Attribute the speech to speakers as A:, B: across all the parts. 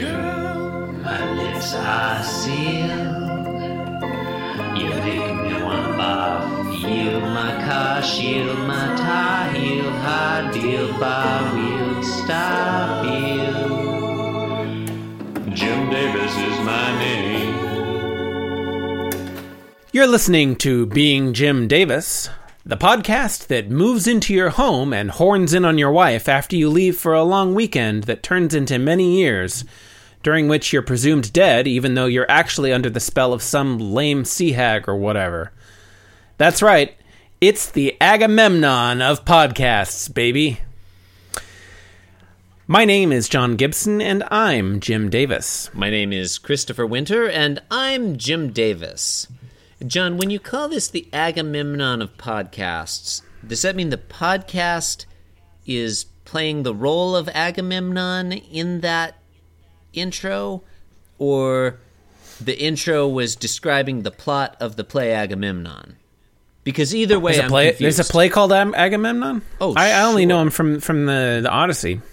A: Girl, my lips are sealed. You make me wanna barf. Yield my car, shield my tie, heel, high deal, bar wheel, stop heel. Jim Davis is my name.
B: You're listening to Being Jim Davis, the podcast that moves into your home and horns in on your wife after you leave for a long weekend that turns into many years, during which you're presumed dead even though you're actually under the spell of some lame sea hag or whatever. That's right, it's the Agamemnon of podcasts, baby. My name is John Gibson, and I'm Jim Davis.
C: My name is Christopher Winter, and I'm Jim Davis. John, when you call this the Agamemnon of podcasts, does that mean the podcast is playing the role of Agamemnon in that intro? Or the intro was describing the plot of the play Agamemnon? Because either way,
B: There's a
C: I'm
B: play,
C: confused.
B: there's a play called Am- Agamemnon.
C: Oh,
B: I, I only
C: sure.
B: know him from from the, the Odyssey.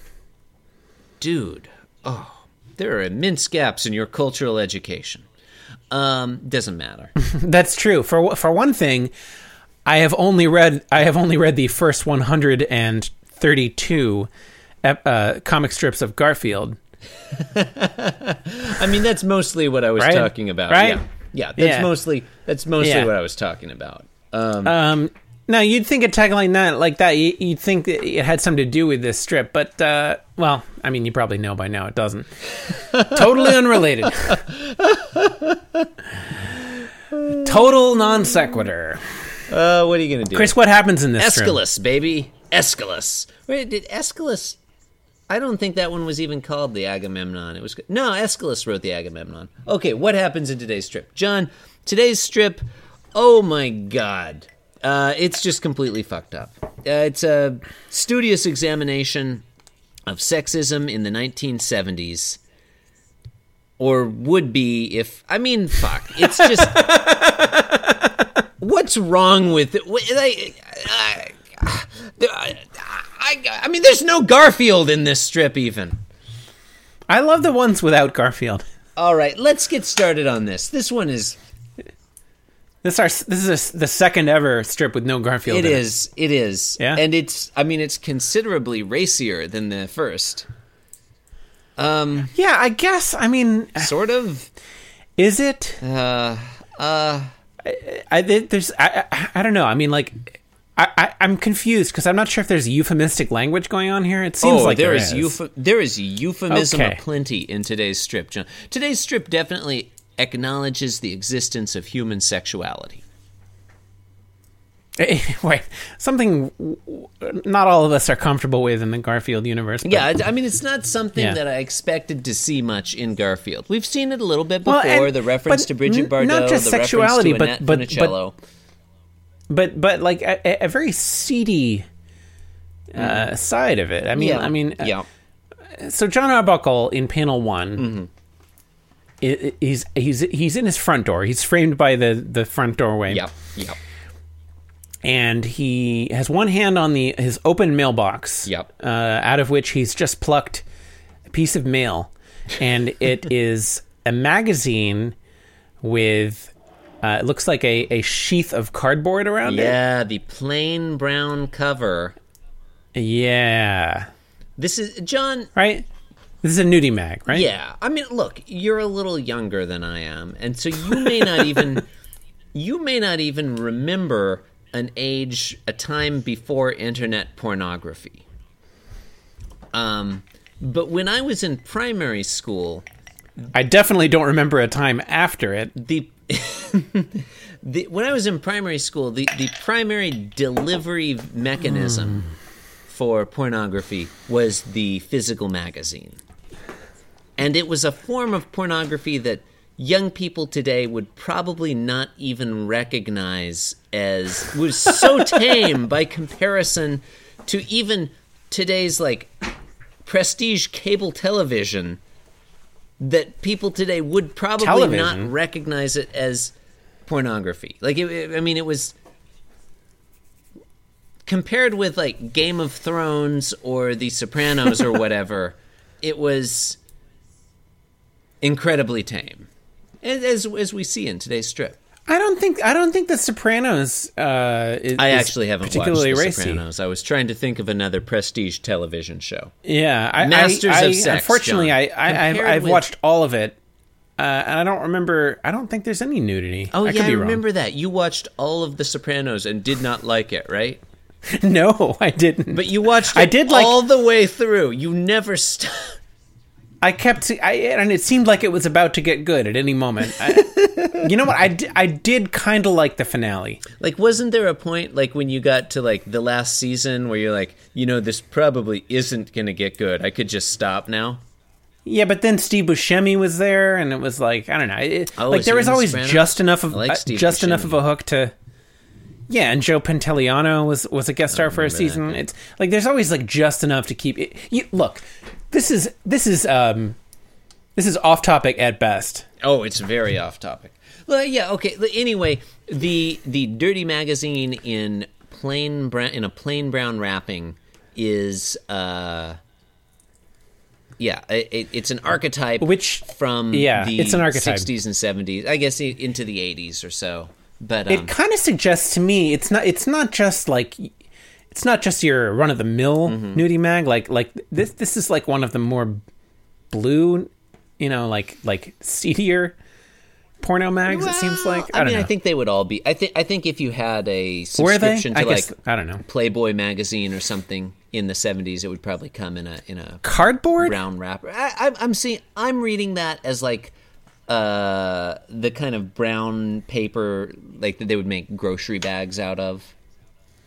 C: dude oh there are immense gaps in your cultural education um doesn't matter
B: That's true. For wh- for one thing, I have only read I have only read the first 132 ep- uh, comic strips of Garfield.
C: i mean that's mostly what i was
B: Right?
C: talking about
B: Right?
C: yeah, yeah that's
B: Yeah.
C: mostly that's mostly
B: Yeah.
C: what i was talking about Uh,
B: Um, now you'd think a tagline that like that you, you'd think that it had something to do with this strip, but uh, well, I mean you probably know by now it doesn't. totally unrelated. Total non sequitur.
C: uh what are you gonna do
B: Chris, what happens in this strip?
C: aeschylus baby aeschylus wait did aeschylus i don't think that one was even called the agamemnon it was no aeschylus wrote the agamemnon okay what happens in today's strip john today's strip oh my god uh, it's just completely fucked up uh, it's a studious examination of sexism in the 1970s or would be if I mean fuck it's just what's wrong with it Wh- like, I, I, I, I mean there's no Garfield in this strip even
B: I love the ones without Garfield.
C: all right let's get started on this this one is
B: This our this is the second ever strip with no Garfield.
C: it
B: in
C: is it is
B: Yeah?
C: and it's I mean it's considerably racier than the first
B: it. Yeah, I guess. I mean,
C: sort of
B: is it?
C: uh
B: I th- there's I, I I don't know. I mean, like I, I I'm confused because I'm not sure if there's euphemistic language going on here. It seems
C: oh,
B: like
C: there
B: there
C: is, euph- there is euphemism
B: Okay.
C: aplenty in today's strip, John. Today's strip definitely acknowledges the existence of human sexuality.
B: Wait, something w- w- not all of us are comfortable with in the Garfield universe. but-
C: Yeah, I I mean, it's not something
B: Yeah.
C: that I expected to see much in Garfield. We've seen it a little bit
B: Well,
C: before.
B: and-
C: the reference
B: but
C: to Bridget
B: n-
C: Bardot,
B: not just
C: the
B: sexuality, but-
C: reference to
B: but-
C: Annette
B: but-
C: Funicello.
B: but but like a, a- a very seedy uh, side of it. I mean,
C: Mm. yeah,
B: I mean, uh,
C: yeah,
B: so John Arbuckle in panel one,
C: Mm-hmm.
B: i- i- he's he's he's in his front door. He's framed by the the front doorway,
C: yeah, yeah,
B: and he has one hand on the his open mailbox,
C: Yep.
B: uh, out of which he's just plucked a piece of mail, and it is a magazine with. Uh, it looks like a, a sheath of cardboard around
C: yeah. The plain brown cover.
B: it. Yeah.
C: This is John.
B: Right? This is a nudie mag, right?
C: Yeah. I mean, look, you're a little younger than I am, and so you may not even you may not even remember an age, a time before internet pornography. Um, but when I was in primary school,
B: I definitely don't remember a time after it.
C: the the when I was in primary school, the the primary delivery mechanism for pornography was the physical magazine. And it was a form of pornography that young people today would probably not even recognize as was so tame by comparison to even today's like prestige cable television that people today would probably
B: Television?
C: not recognize it as pornography. Like it- it, I mean it was compared with like Game of Thrones or The Sopranos or whatever, it was incredibly tame, as as, as we see in today's strip.
B: I don't think I don't think The Sopranos. Uh, is,
C: I
B: is
C: actually haven't
B: particularly
C: watched The
B: racy.
C: Sopranos. I was trying to think of another prestige television show.
B: Yeah, I,
C: Masters
B: I,
C: of
B: I-
C: Sex,
B: Unfortunately,
C: John.
B: I, I I've,
C: Compared
B: I've
C: with-
B: watched all of it, uh, and I don't remember. I don't think there's any nudity.
C: Oh
B: I
C: yeah,
B: could
C: I
B: be
C: remember that. You watched all of The Sopranos and did not like it, right?
B: Wrong. No, I didn't.
C: But you watched it
B: I did like-
C: all the way through. You never stopped.
B: I kept, I, and it seemed like it was about to get good at any moment. I, you know what? I, di- I did kind of like the finale.
C: Like, wasn't there a point, like, when you got to, like, the last season where you're like, you know, this probably isn't going to get good. I could just stop now?
B: Yeah, but then Steve Buscemi was there, and it was like I don't know. It,
C: Oh,
B: like
C: is
B: there
C: he
B: was
C: in The
B: always
C: Sopranos?
B: just enough of
C: I like
B: uh,
C: Steve
B: just enough
C: Buscemi.
B: of a hook to. Yeah, and Joe Pantoliano was was a guest star for a season. It's like there's always like just enough to keep it. You, look, this is this is um this is off topic at best.
C: Oh, it's very off topic. Well, yeah, okay. l- Anyway, the the dirty magazine in plain brown in a plain brown wrapping is uh yeah, i- it, it's an archetype
B: Which-
C: from
B: yeah,
C: the
B: it's an archetype.
C: 60s and 70s. I guess i- into the 80s or so. But um,
B: It kind of suggests to me it's not it's not just like it's not just your run of the mill
C: Mm-hmm.
B: nudie mag like like this this is like one of the more blue, you know, like like seedier porno mags. it seems
C: well,
B: like
C: I,
B: I, don't
C: mean,
B: know.
C: I think they would all be. I think I think if you had a
B: Were they?
C: subscription
B: I
C: to like
B: guess I don't know.
C: Playboy magazine or something in the 70s, it would probably come in a in a
B: Cardboard.
C: brown wrapper. I, I'm, I'm seeing. I'm reading that as like uh the kind of brown paper like that they would make grocery bags out of,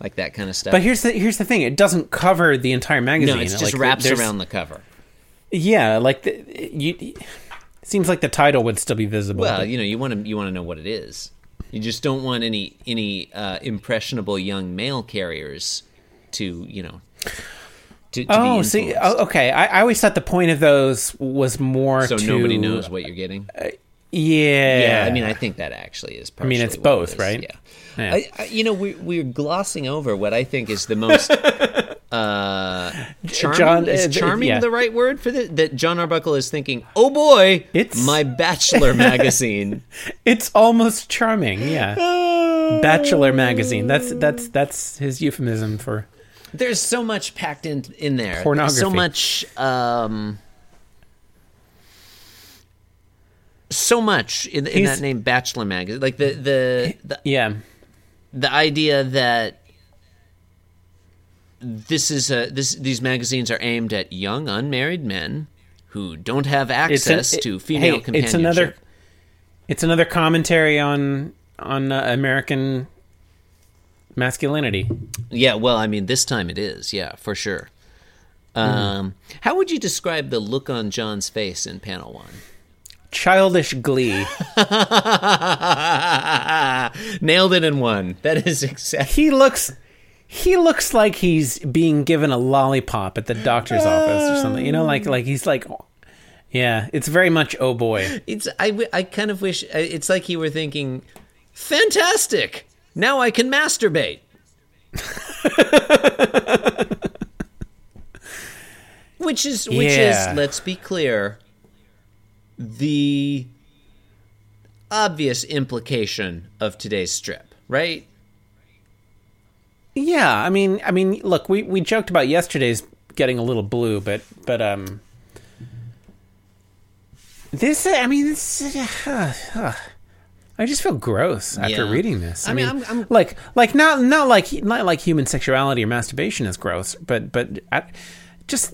C: like that kind of stuff.
B: But here's the here's the thing. It doesn't cover the entire magazine.
C: no, it's
B: It,
C: just
B: like,
C: wraps
B: there's-
C: around the cover.
B: Yeah, like the, you. it Seems like the title would still be visible.
C: Well,
B: but-
C: you know, you want to you want to know what it is. You just don't want any any uh, impressionable young mail carriers to you know. To, to
B: oh,
C: be
B: see,
C: influenced.
B: oh, okay. I, I always thought the point of those was more
C: so
B: oh, to-
C: nobody knows what you're getting.
B: Yeah,
C: Yeah, I mean, I think that actually is. I
B: mean, it's both, right?
C: Yeah.
B: Yeah.
C: I, I, you know, we, we're glossing over what I think is the most uh, charming.
B: John-
C: is
B: uh, th-
C: charming
B: yeah.
C: the right word for this? That John Arbuckle is thinking, oh boy,
B: It's-
C: my Bachelor magazine.
B: It's almost charming, yeah.
C: Ah.
B: Bachelor magazine. That's that's that's his euphemism for
C: There's so much packed in in there.
B: Pornography.
C: So much. Um, so much in, in
B: He's-
C: that name, Bachelor magazine. Like the the, the
B: yeah.
C: the idea that this is a this these magazines are aimed at young unmarried men who don't have
B: It's an-
C: access
B: it-
C: to female
B: hey,
C: companionship.
B: It's another It's another commentary on on uh, American masculinity.
C: Yeah, well, I mean, this time it is. Yeah, for sure.
B: Hmm.
C: Um, How would you describe the look on John's face in panel one?
B: Childish glee.
C: Nailed it in one. That is exactly.
B: he looks he looks like he's being given a lollipop at the doctor's office or something. You know like like he's like yeah, it's very much oh boy.
C: It's I, w- I kind of wish I- it's like you were thinking, fantastic. Now I can masturbate. which is which
B: Yeah.
C: is let's be clear, the obvious implication of today's strip, right?
B: Yeah, I mean, I mean, look, we we joked about yesterday's getting a little blue, but but um, this, I mean, this, uh, uh, I just feel gross after
C: Yeah.
B: reading this. I,
C: I
B: mean,
C: mean, I'm- I'm-
B: like like not not like not like human sexuality or masturbation is gross, but but I, just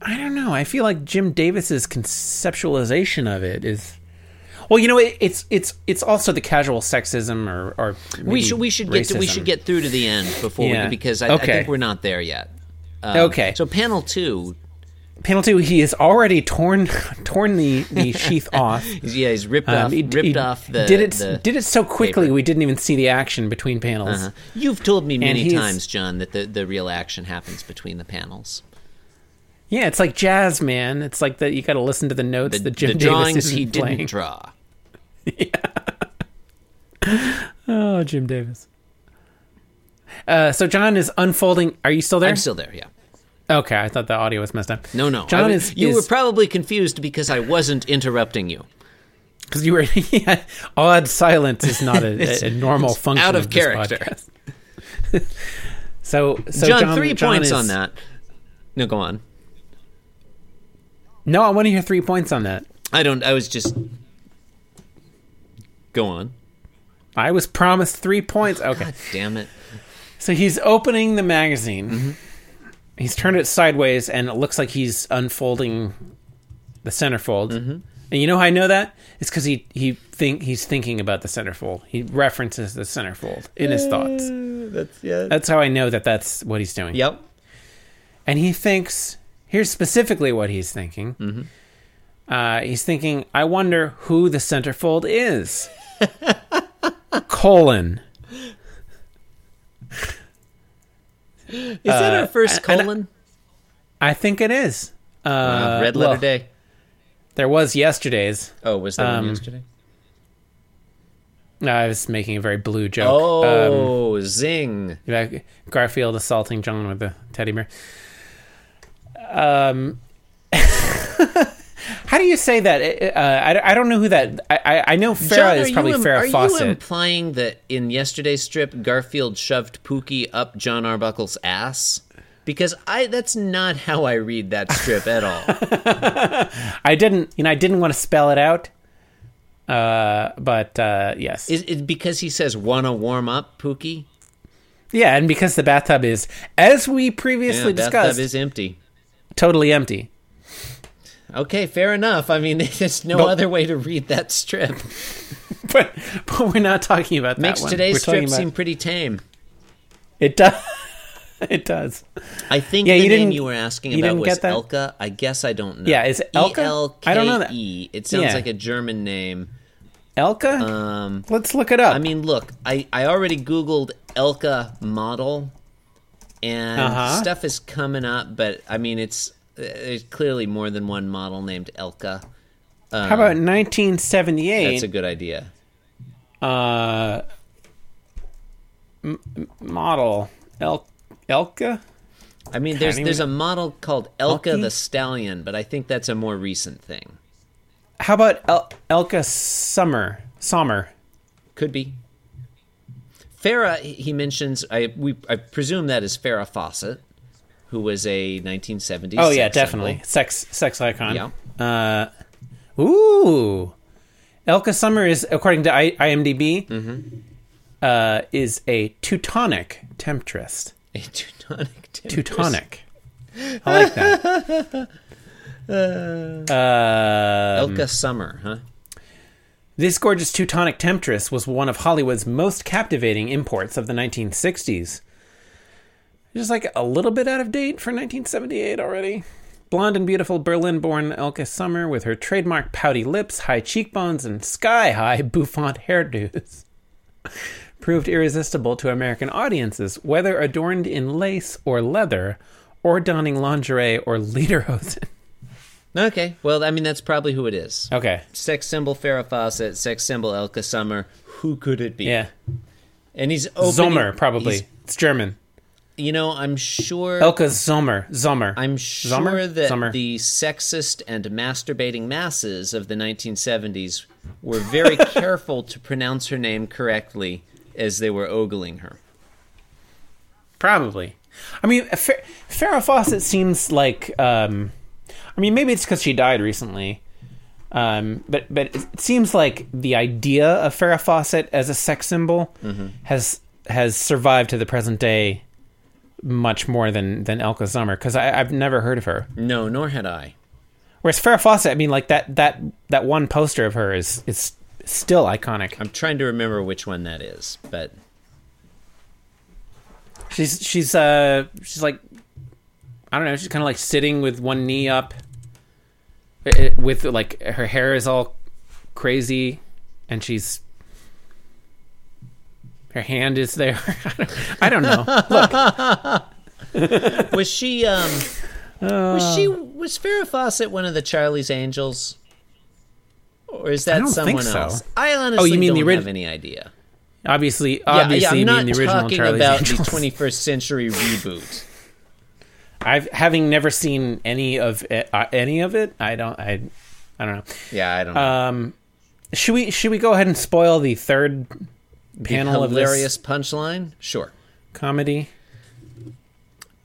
B: I don't know. I feel like Jim Davis's conceptualization of it is. Well, you know, it, it's it's it's also the casual sexism or or
C: We
B: maybe
C: should we should get to, we
B: racism.
C: should get through to the end before
B: Yeah.
C: we, because I, I
B: Okay.
C: think we're not there yet. Um,
B: Okay.
C: So panel two,
B: panel two, he has already torn torn the, the sheath off.
C: he's- yeah, he's ripped
B: Um,
C: off
B: he-
C: ripped
B: he
C: off the
B: did it
C: the-
B: did it so quickly
C: paper.
B: we didn't even see the action between panels.
C: Uh-huh. You've told me many
B: he's-
C: times, John, that the, the real action happens between the panels.
B: Yeah, it's like jazz, man. It's like that you got to listen to the notes
C: The,
B: that Jim
C: the
B: Davis
C: drawings
B: isn't
C: he didn't
B: playing.
C: draw.
B: Oh, Jim Davis. Uh, so John is unfolding. Are you still there?
C: I'm still there, yeah.
B: Okay, I thought the audio was messed up.
C: No, no.
B: John
C: I mean,
B: is
C: you
B: is-
C: were probably confused because I wasn't interrupting you.
B: Because you were yeah, odd silence is not a, a, a normal function
C: out of
B: this
C: character.
B: podcast. so, so
C: John, three
B: John
C: points
B: is-
C: on that. No, go on.
B: No, I want to hear three points on that.
C: I don't. I was just. Go on.
B: I was promised three points. Okay,
C: Oh God damn it.
B: so he's opening the magazine.
C: Mm-hmm.
B: He's turned it sideways, and it looks like he's unfolding the centerfold.
C: Mm-hmm.
B: And you know how I know that? It's because he he think he's thinking about the centerfold. He references the centerfold in his thoughts.
C: That's yeah.
B: That's how I know that that's what he's doing.
C: Uh. yep.
B: and he thinks here's specifically what he's thinking
C: Mm-hmm.
B: uh, he's thinking i wonder who the centerfold is colon
C: Is that our first
B: and-
C: colon?
B: i think it is uh,
C: Uh, Red letter
B: well,
C: day.
B: there was yesterday's
C: Oh, was that
B: um,
C: one yesterday?
B: no, i was making a very blue joke Um,
C: Oh, zing.
B: Yeah, Garfield assaulting John with the teddy bear. Um, how do you say that? Uh, I, I don't know who that. I, I, I know Farah
C: John,
B: is
C: are
B: probably
C: you, im-
B: Farrah
C: Are you
B: Fawcett.
C: implying that in yesterday's strip, Garfield shoved Pookie up John Arbuckle's ass? Because I that's not how I read that strip at all.
B: I didn't. You know, I didn't want to spell it out. Uh, but uh, yes,
C: is it because he says "wanna warm up, Pookie"?
B: yeah, and because the bathtub is, as we previously discussed,
C: bathtub is empty.
B: totally empty.
C: Okay, fair enough. I mean, there's no
B: But-
C: other way to read that strip.
B: But but we're not talking about that
C: Makes
B: one.
C: today's
B: We're talking
C: strip
B: about-
C: seem pretty tame.
B: it does. it does.
C: I think
B: Yeah,
C: the
B: you
C: name
B: didn't-
C: you were asking
B: you
C: about
B: didn't
C: was
B: get that?
C: Elka. I guess I don't know. E
B: Yeah, is it Elka?
C: E-L-K-E.
B: I don't know that.
C: It sounds
B: Yeah.
C: like a German name.
B: Elka.
C: Um,
B: Let's look it up.
C: I mean, look, I, I already Googled Elka model, and
B: Uh-huh.
C: stuff is coming up, but I mean, it's there's clearly more than one model named Elka.
B: How about 1978?
C: That's a good idea.
B: uh, m- m- model El- Elka.
C: I mean, there's
B: even-
C: there's a model called Elka
B: Elky?
C: the Stallion, but I think that's a more recent thing.
B: How about El- Elka Summer? Sommer.
C: Could be. Farah, he mentions. I we I presume that is Farah Fawcett, who was a 1970s.
B: Oh yeah,
C: sex symbol.
B: definitely sex sex icon.
C: Yeah.
B: Uh, ooh, Elka Summer is according to I- IMDb
C: Mm-hmm.
B: uh, is a Teutonic temptress.
C: A Teutonic. Temptress.
B: Teutonic. I like that. Uh,
C: Elka Summer, huh?
B: This gorgeous Teutonic temptress was one of Hollywood's most captivating imports of the 1960s. Just like a little bit out of date for 1978 already. Blonde and beautiful Berlin born Elke Sommer with her trademark pouty lips, high cheekbones, and sky high bouffant hairdos proved irresistible to American audiences, whether adorned in lace or leather, or donning lingerie or lederhosen.
C: Okay. Well, I mean, that's probably who it is.
B: Okay.
C: Sex symbol Farrah Fawcett, sex symbol Elka Summer. Who could it be?
B: Yeah.
C: And he's opening.
B: Sommer, probably.
C: he's-
B: It's German.
C: You know, I'm sure.
B: Elke Sommer. Sommer.
C: I'm sure
B: Sommer?
C: that
B: Sommer.
C: the sexist and masturbating masses of the 1970s were very careful to pronounce her name correctly as they were ogling her.
B: Probably. I mean, Fa- Farrah Fawcett seems like. Um, I mean, maybe it's because she died recently, um, but but it seems like the idea of Farrah Fawcett as a sex symbol has has survived to the present day much more than than Elka Sommer because I've never heard of her.
C: No, nor had I.
B: Whereas Farrah Fawcett, I mean, like that that that one poster of her is is still iconic.
C: I'm trying to remember which one that is, but
B: She's she's uh she's like I don't know. She's kind of like sitting with one knee up, It- it- with like her hair is all crazy, and she's her hand is there. I don't- I don't know. Look,
C: was she um was
B: Uh.
C: she was Farrah Fawcett one of the Charlie's Angels? Or is that
B: don't think
C: someone
B: so. Oh,
C: else? I honestly
B: mean the
C: don't
B: orig-
C: have any idea.
B: obviously,
C: Yeah, yeah,
B: obviously,
C: I'm
B: you
C: not
B: mean the original
C: talking
B: Charlie's
C: about
B: Angels.
C: the 21st century reboot.
B: I've having never seen any of it, uh, any of it. I don't. I. I don't know.
C: Yeah, I don't know.
B: Uh, Should we should we go ahead and spoil the third panel
C: the
B: of this
C: hilarious punchline? Sure.
B: comedy.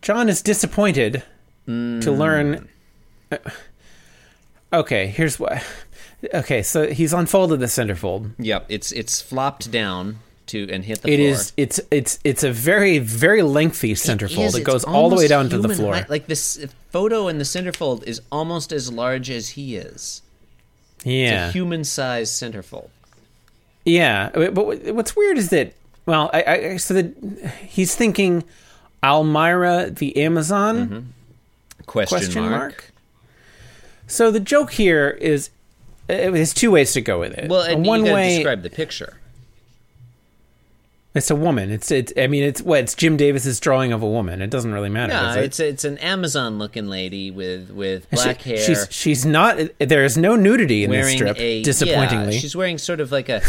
B: John is disappointed
C: Hmm.
B: to learn. uh, Okay, here's what. Okay, so he's unfolded the centerfold.
C: Yep, it's it's flopped down to and hit the
B: It
C: floor.
B: is. It's. It's. It's a very, very lengthy centerfold.
C: is,
B: It,
C: it's
B: goes all the way
C: almost
B: down to the
C: human
B: floor.
C: height. Like this photo in the centerfold is almost as large as he is.
B: yeah.
C: A human-sized centerfold.
B: Yeah, but but what's weird is that well, I, I I- so that he's thinking Almira the Amazon
C: Mm-hmm. Question,
B: question mark. So the joke here is uh, there's two ways to go with it.
C: Well,
B: Uh,
C: and
B: one
C: you gotta
B: way
C: describe the picture.
B: it's a woman. It's it's I mean it's what it's Jim Davis's drawing of a woman. It doesn't really matter.
C: Yeah,
B: does it?
C: it's it's an Amazon-looking lady with with
B: She-
C: black hair.
B: She's she's not. There is no nudity in this
C: wearing
B: strip.
C: a
B: disappointingly,
C: yeah, she's wearing sort of like a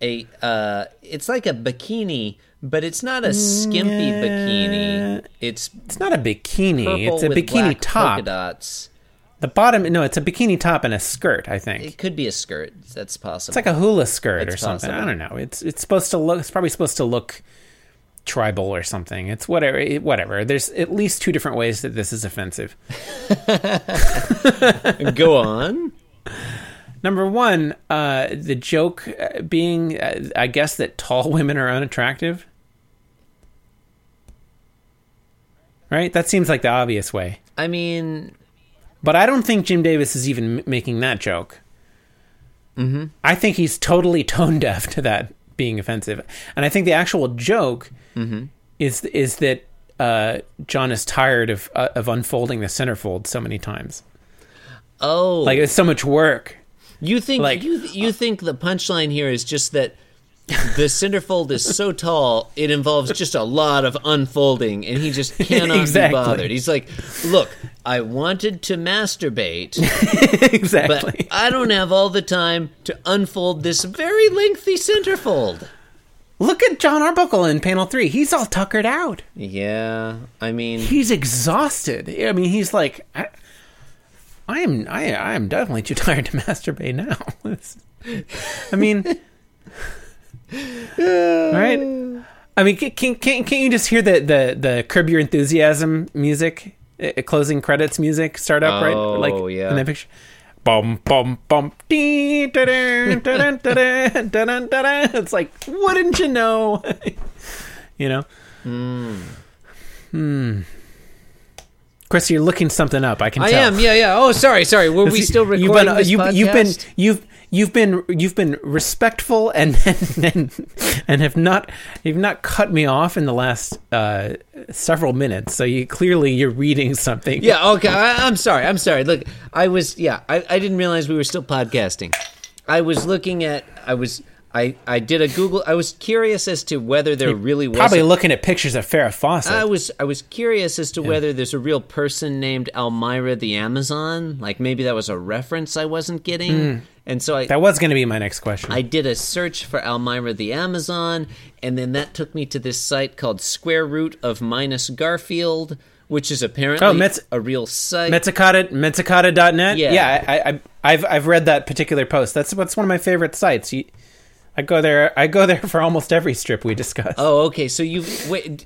C: a uh, it's like a bikini, but it's not a skimpy bikini. It's
B: Mm, it's not a bikini.
C: purple
B: It's a
C: with
B: bikini
C: black
B: top.
C: Polka dots.
B: The bottom. No, it's a bikini top and a skirt. I think.
C: It could be a skirt. That's possible.
B: It's like a hula skirt or
C: It's
B: something. I
C: possible.
B: don't know. It's it's supposed to look. It's probably supposed to look tribal or something. It's whatever. It, whatever. There's at least two different ways that this is offensive.
C: Go on.
B: Number one, uh, the joke uh, being, uh, I guess that tall women are unattractive. Right. That seems like the obvious way.
C: I mean,
B: But I don't think Jim Davis is even m- making that joke. Mm-hmm. I think he's totally tone deaf to that being offensive, and I think the actual joke is is that uh, John is tired of uh, of unfolding the centerfold so many times.
C: oh,
B: Like it's so much work.
C: you think
B: like- uh,
C: you you think the punchline here is just that the centerfold is so tall it involves just a lot of unfolding, and he just cannot
B: Exactly.
C: be bothered. He's like, look, I wanted to masturbate. But
B: exactly.
C: I don't have all the time to unfold this very lengthy centerfold.
B: Look at John Arbuckle in panel three. He's all tuckered out.
C: Yeah, I mean,
B: He's exhausted. I mean, he's like. I, I am I I am definitely too tired to masturbate now. It's- I mean, right? I mean, can can can can't you just hear the the the curb your enthusiasm music, uh, closing credits music start up right?
C: Oh, yeah.
B: in that picture. Bum bum bum. Dee, da-dun, da-dun, da-dun, da-dun, da-dun. It's like, wouldn't you know? you know. Hmm. Chris, you're looking something up. I can.
C: I
B: tell.
C: am. Yeah, yeah. Oh, sorry, sorry. Were we
B: See,
C: still recording
B: You've been, uh,
C: this
B: you've, you've been,
C: podcast?
B: you've, you've been, you've been respectful and and, and and have not, you've not cut me off in the last uh, several minutes. So you clearly you're reading something.
C: Yeah. Okay. I, I'm sorry. I'm sorry. Look, I was. Yeah. I, I didn't realize we were still podcasting. I was looking at. I was. I, I did a Google. I was curious as to whether there really was.
B: probably
C: a-
B: looking at pictures of Farrah Fawcett.
C: I was I was curious as to whether there's a real person named Elmira the Amazon. Like maybe that was a reference I wasn't getting. And so I
B: Hmm. that was going to be my next question.
C: I did a search for Elmira the Amazon, and then that took me to this site called Square Root of Minus Garfield, which is apparently
B: Oh, Metz-
C: a real site.
B: Metzicata, Metzicata.net.
C: Yeah.
B: yeah I, I, I've, I've read that particular post. That's what's one of my favorite sites. You, I go there. I go there for almost every strip we discuss.
C: oh, okay. So you wait.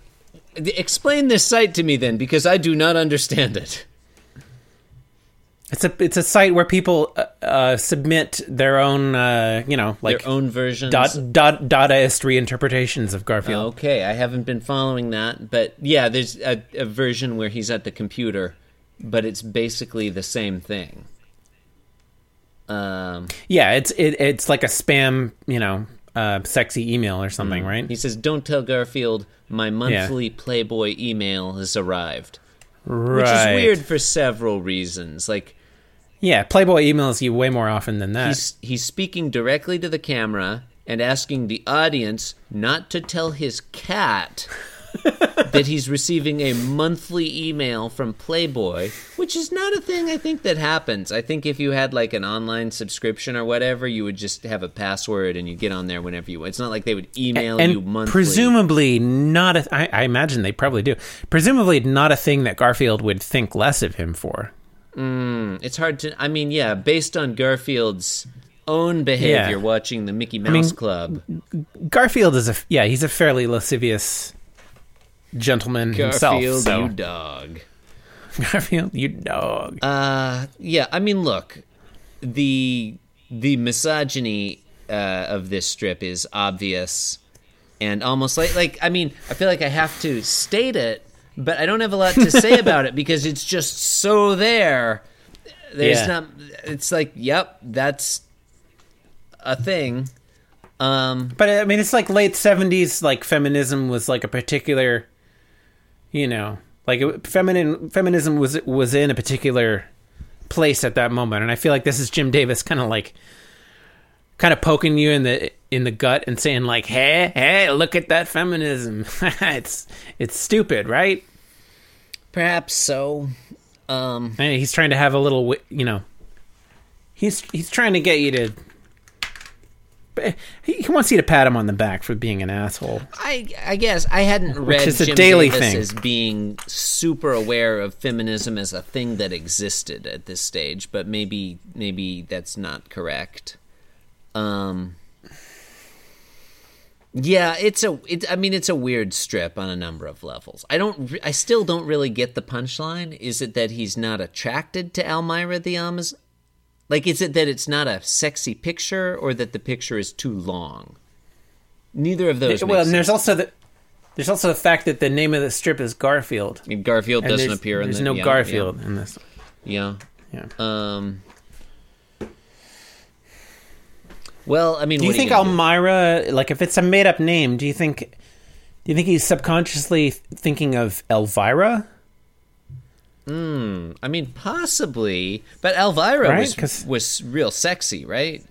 C: d- d- Explain this site to me then, because I do not understand it.
B: It's a it's a site where people uh, uh, submit their own uh, you know like
C: Their own versions.
B: dot, dot, Dadaist reinterpretations of Garfield.
C: Okay, I haven't been following that, but yeah, there's a, a version where he's at the computer, but it's basically the same thing. Um,
B: Yeah, it's it, it's like a spam you know uh, sexy email or something,
C: He
B: right?
C: says, "Don't tell Garfield my monthly Playboy email has arrived,"
B: Right.
C: which is weird for several reasons. Like
B: Yeah, Playboy emails you way more often than that.
C: he's he's speaking directly to the camera and asking the audience not to tell his cat that he's receiving a monthly email from Playboy, which is not a thing I think that happens. I think if you had like an online subscription or whatever, you would just have a password and you get on there whenever you want. It's not like they would email you
B: and
C: monthly.
B: presumably not a I, I imagine they probably do presumably not a thing that garfield would think less of him for
C: it's hard to. I mean, yeah, based on Garfield's own behavior watching the Mickey Mouse Club.
B: garfield is a yeah he's a fairly lascivious gentleman himself
C: Garfield,
B: so
C: you dog.
B: garfield you dog
C: Yeah, I mean, look, the the misogyny uh, of this strip is obvious and almost like like I mean, I feel like I have to state it, but I don't have a lot to say about it because it's just so there. There's
B: Yeah.
C: not. It's like, yep, that's a thing.
B: But I mean, it's like late seventies. Like feminism was like a particular, you know, like it- feminine feminism was was in a particular place at that moment. And I feel like this is Jim Davis kind of like, kind of poking you in the in the gut and saying like, hey, hey, look at that feminism. it's it's stupid, right?
C: Perhaps so.
B: And he's trying to have a little, wi- you know, he's he's trying to get you to. but He he wants you to pat him on the back for being an asshole.
C: I I guess I hadn't read
B: is a
C: Jim
B: daily
C: Davis
B: thing.
C: as being super aware of feminism as a thing that existed at this stage, but maybe maybe that's not correct. Um yeah, it's a. It, I mean, it's a weird strip on a number of levels. I don't. re- I still don't really get the punchline. Is it that he's not attracted to Almira the Amaz? Like, is it that it's not a sexy picture, or that the picture is too long? Neither of those.
B: well,
C: makes
B: and there's also the there's also the fact that the name of the strip is Garfield.
C: And Garfield
B: And
C: doesn't
B: there's-
C: appear in
B: There's
C: the
B: no
C: yeah,
B: Garfield in this.
C: Yeah. yeah.
B: Yeah.
C: Um Well, I mean,
B: do you
C: what
B: think
C: are you gonna
B: Elmira, like, if it's a made up name, do you think do you think he's subconsciously thinking of Elvira?
C: do? I mean, possibly, but Elvira
B: Right?
C: was
B: 'Cause-
C: was real sexy, right?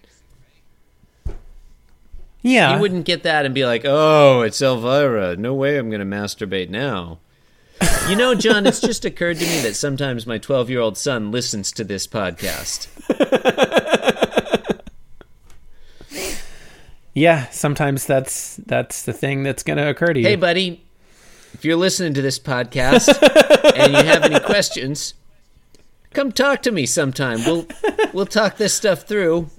B: Yeah,
C: You wouldn't get that and be like, "Oh, it's Elvira. No way I'm going to masturbate now." You know, John, it's just occurred to me that sometimes my 12-year-old son listens to this podcast.
B: Yeah, sometimes that's that's the thing that's going to occur to you.
C: Hey, buddy, if you're listening to this podcast and you have any questions, come talk to me sometime. We'll we'll talk this stuff through.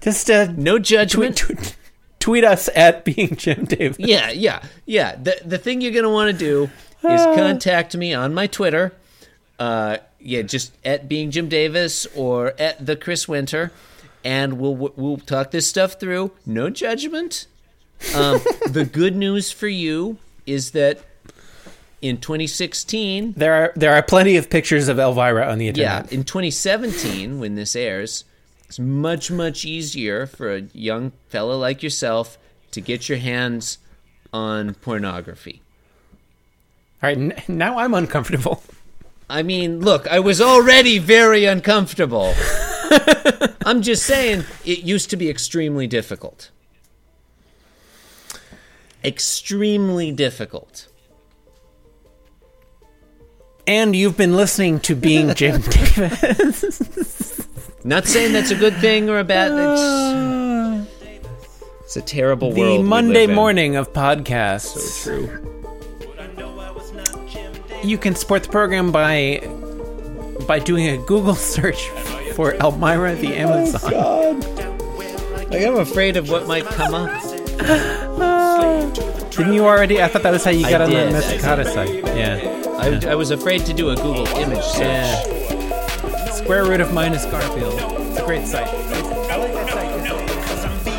B: Just uh,
C: No judgment.
B: tweet, tweet, tweet us at being Jim Davis.
C: Yeah, yeah, yeah. The the thing you're gonna want to do is contact me on my Twitter. Uh, yeah, just at being Jim Davis or at the Chris Winter, and we'll we'll talk this stuff through. No judgment. Um, the good news for you is that in 2016,
B: There are there are plenty of pictures of Elvira on the
C: Yeah,
B: internet.
C: in 2017, when this airs, it's much, much easier for a young fella like yourself to get your hands on pornography.
B: All right, n- now I'm uncomfortable.
C: I mean, look, I was already very uncomfortable. I'm just saying, it used to be extremely difficult. Extremely difficult.
B: And you've been listening to Being Jim Davis.
C: Not saying that's a good thing or a bad. It's, it's a terrible world.
B: the
C: we
B: Monday
C: live in.
B: morning of podcasts.
C: True.
B: You can support the program by by doing a Google search for Elmira the
C: Oh
B: Amazon.
C: Like, I'm afraid of what might come up.
B: Didn't you already? I thought that was how you got on
C: did.
B: the Metsukata site. Yeah.
C: I, I was afraid to do a Google image search.
B: Yeah. Square root of minus Garfield. It's a great site.
D: I like that site because I'm